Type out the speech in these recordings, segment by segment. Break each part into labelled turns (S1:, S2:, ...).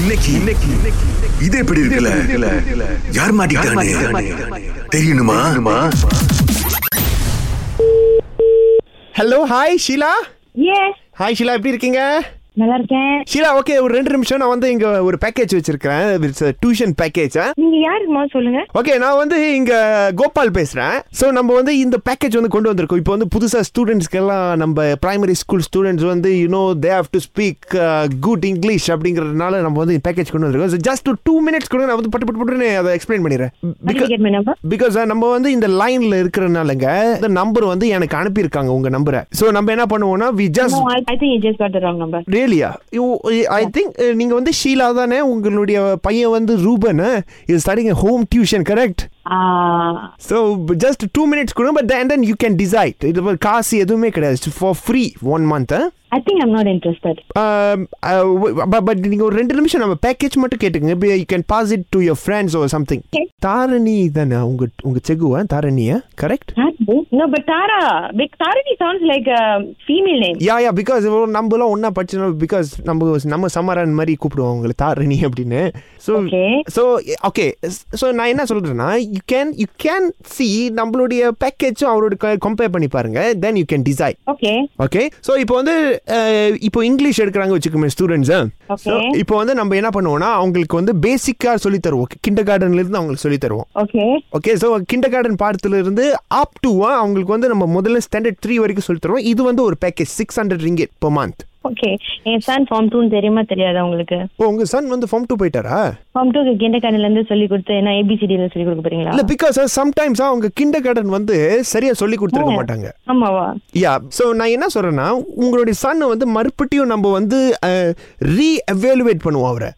S1: இன்னைக்கு இன்னைக்கு இன்னைக்கு- இது எப்படி இருக்குல்ல யார் மாட்டிக்கிட்டானே தெரியணுமா
S2: ஹலோ ஹாய் ஷீலா
S3: ஏ
S2: ஹாய் ஷீலா எப்படி இருக்கீங்க
S3: நல்லா இருக்கேன்
S2: ஷீலா ஓகே ஒரு ரெண்டு நிமிஷம் நான் வந்து இங்க ஒரு பேக்கேஜ் வச்சிருக்கேன் இட்ஸ் டியூஷன் பேக்கேஜ்
S3: நீங்க யாருமா சொல்லுங்க
S2: ஓகே நான் வந்து இங்க கோபால் பேசுறேன் ஸோ நம்ம வந்து இந்த பேக்கேஜ் வந்து கொண்டு வந்திருக்கோம் இப்போ வந்து புதுசா ஸ்டூடெண்ட்ஸ்க்கெல்லாம் நம்ம பிரைமரி ஸ்கூல் ஸ்டூடெண்ட்ஸ் வந்து you know they have to speak good English uh, அப்படிங்கறதுனால நம்ம வந்து பேக்கேஜ் கொண்டு வந்திருக்கோம் ஜஸ்ட் டூ மினிட்ஸ் கூட நான் வந்து பட்டு பட்டு பட்டுன்னு அதை எக்ஸ்பிளைன் பண்ணிடுறேன்
S3: கேட்மே நம்பர்
S2: பிகாஸ் நம்ம வந்து இந்த லைன்ல இருக்கிறனாலங்க இந்த நம்பர் வந்து எனக்கு அனுப்பியிருக்காங்க உங்க நம்பரை ஸோ நம்ம என்ன பண்ணுவோம்னா we just
S3: I think you just got the wrong number
S2: ரேலியா ஐ திங்க் uh, நீங்க வந்து ஷீலா தானே உங்களுடைய பையன் வந்து Ruban is studying home tuition correct
S3: Uh,
S2: so just two minutes கொடுங்க but and then you can decide இது ஒரு காசு எதுவுமே கிடையாது for free one month
S3: I think I'm not interested
S2: Um, uh, but நீங்கள் ஒரு ரெண்டு நிமிஷம் நம்ம பேக்கேஜ் மட்டும் கேட்டுங்க you can pass it to your friends or something
S3: Okay.
S2: Dharani தானே உங்க உங்க செகுவா தாரணியா correct
S3: no but Tara big Dharani sounds like female name
S2: yeah yeah because நம்மளாம் ஒன்றா படிச்சோம் பிகாஸ் நம்ம நம்ம சமரன் மாதிரி கூப்பிடுவோம் உங்களை தாரணி அப்படின்னு so
S3: Okay.
S2: So okay so நான் என்ன சொல்கிறேன்னா you can you can see நம்மளுடைய பேக்கேஜும் அவரோட கம்பேர் பண்ணி பாருங்க then you can decide
S3: okay
S2: okay so இப்போ வந்து அஹ், இப்போ இங்கிலீஷ் எடுக்கிறாங்க வச்சுக்கோமே ஸ்டூடெண்ட்ஸ்
S3: Okay.
S2: ஸோ இப்போ வந்து நம்ம என்ன பண்ணுவோம்னா அவங்களுக்கு வந்து பேசிக்காக சொல்லி தருவோம் கிண்டர் கார்டன்லேருந்து அவங்களுக்கு சொல்லி தருவோம்
S3: okay
S2: okay so kindergarten பாடத்துல இருந்து அப் டு அவங்களுக்கு வந்து நம்ம முதல்ல ஸ்டாண்டர்ட் த்ரீ வரைக்கும் சொல்லி தருவோம் இது வந்து ஒரு package six hundred ringgit per month
S3: okay என் சன் ஃபார்ம் டூன்னு தெரியுமா தெரியாதா உங்களுக்கு
S2: இப்போ உங்க சன் வந்து ஃபார்ம் டூ போயிட்டாரா
S3: ஃபார்ம் டூக்கு கெண்டக்கானில இருந்து சொல்லி கொடுத்து என்ன ஏபிசிடில சொல்லி கொடுக்க போறீங்களா
S2: இல்லை பிகாஸ் சம்டைம்ஸ் uh, அவங்க கிண்டர் கார்டன் வந்து சரியா சொல்லி கொடுத்துருக்க மாட்டாங்க
S3: ஆமாவா
S2: யா ஸோ நான் என்ன சொல்றேன்னா உங்களுடைய சன்னை வந்து மறுபடியும் நம்ம வந்து ரீ எவேலுவேட் பண்ணுவோம் அவரை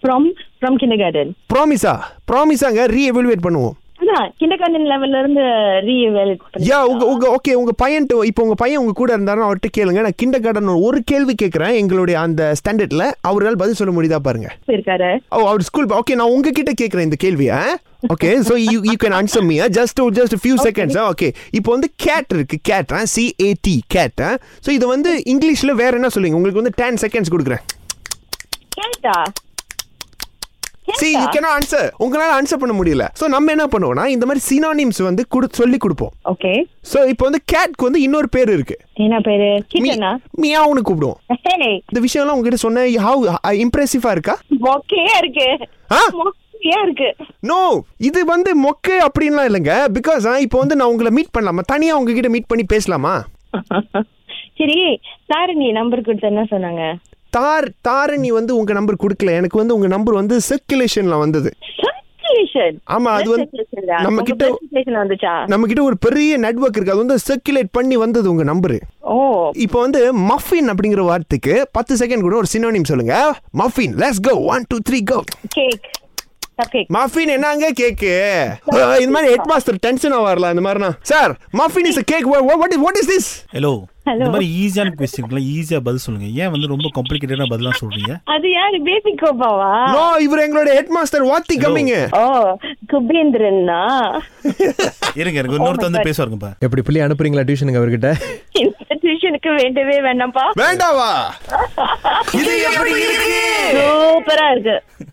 S3: ஃப்ரம் ஃப்ரம் கிண்டர் கார்டன்
S2: ப்ராமிஸா ப்ராமிஸாங்க ரீ எவல்வேட் பண்ணுவோம்
S3: அதான் கிண்டர் கார்டன் லெவல்ல இருந்து ரீவேலிட்
S2: யா உங்க உங்க ஓகே உங்க பையன் இப்போ உங்க பையன் உங்க கூட இருந்தாலும் அவர்கிட்ட கேளுங்க நான் கிண்ட ஒரு கேள்வி கேட்குறேன் எங்களுடைய அந்த ஸ்டாண்டர்ட்ல அவரால் பதில் சொல்ல முடியுதா பாருங்க
S3: இருக்காரு
S2: ஓ அவர் ஸ்கூல் ஓகே நான் உங்ககிட்ட கேட்குறேன் இந்த கேள்வியை okay so you you can answer me just just few seconds okay இப்போ வந்து கேட் இருக்கு கேட் சிஏடி கேட் ஸோ இது வந்து இங்கிலீஷில் வேற என்ன சொல்லுங்க உங்களுக்கு வந்து டென் செகண்ட்ஸ் கொடுக்குறேன்
S3: கேட்டா
S2: சி யூ கேன் ஆன்சர் உங்களால் ஆன்சர் பண்ண முடியல ஸோ நம்ம என்ன பண்ணுவோம்னா இந்த மாதிரி சினானிம்ஸ் வந்து கொடு சொல்லி கொடுப்போம்
S3: ஓகே
S2: ஸோ இப்போ வந்து கேட்க்கு வந்து இன்னொரு பேர் இருக்கு
S3: என்ன பேரு
S2: மீ-
S3: கிட்டனா
S2: மியாவுன்னு கூப்பிடுவோம்
S3: ஹே
S2: இந்த விஷயம்லாம் உங்ககிட்ட சொன்ன ஹவ் இம்ப்ரெசிவா இருக்கா
S3: மொக்கையா இருக்கு
S2: ஆ?
S3: மொக்கையா இருக்கு
S2: நோ இது வந்து மொக்கை அப்படின்லாம் இல்லைங்க பிகாஸ் இப்போ வந்து நான் உங்களை மீட் பண்ணலாமா தனியா உங்ககிட்ட மீட் பண்ணி பேசலாமா
S3: சரி தாரணி நம்பர் கொடுத்த என்ன சொன்னாங்க
S2: தார் தாரணி வந்து உங்க நம்பர் கொடுக்கல எனக்கு வந்து உங்க நம்பர் வந்து சர்க்குலேஷன்ல வந்தது
S3: Circulation.
S2: ஆமா அது வந்து
S3: Blood circulation-ஆ?
S2: நம்ம
S3: உங்க
S2: கிட்ட
S3: blood circulation வந்துச்சா
S2: நம்ம கிட்ட ஒரு பெரிய நெட்வொர்க் இருக்கு அது வந்து சர்க்குலேட் பண்ணி வந்தது உங்க நம்பர்
S3: ஓ
S2: இப்போ வந்து மஃபின் அப்படிங்கிற வார்த்தைக்கு பத்து செகண்ட் கூட ஒரு சினோனிம் சொல்லுங்க muffin let's go one two three go
S3: cake cup cake
S2: muffin என்னங்க கேக்கு இந்த மாதிரி ஹெட் மாஸ்டர் டென்ஷன் ஆவார்ல இந்த மாதிரினா sir muffin is cake what is what is this
S4: hello
S3: Hello.
S4: இந்த மாதிரி ஈஸியான கொஸ்டின்க்குலாம் ஈஸியா பதில் சொல்லுங்க ஏன் வந்து ரொம்ப காம்ப்ளிகேட்டடா பதிலா சொல்றீங்க
S3: அது யாரு பேபி கோபாவா
S2: நோ இவர் எங்களோட ஹெட் மாஸ்டர் வாத்தி கம்மிங்க
S3: ஓ குபேந்திரன்னா
S4: இருங்க எனக்கு இன்னொருத்த
S3: Oh my
S4: வந்து
S3: God.
S4: பேசுவாருங்க பா
S5: எப்படி புள்ளி அனுப்புறீங்களா டியூஷனுக்கு அவர்கிட்ட
S3: இந்த டியூஷனுக்கு வேண்டவே வேண்டாம்ப்பா
S2: வேண்டாவா இது எப்படி இருக்கு
S3: சூப்பரா இருக்கு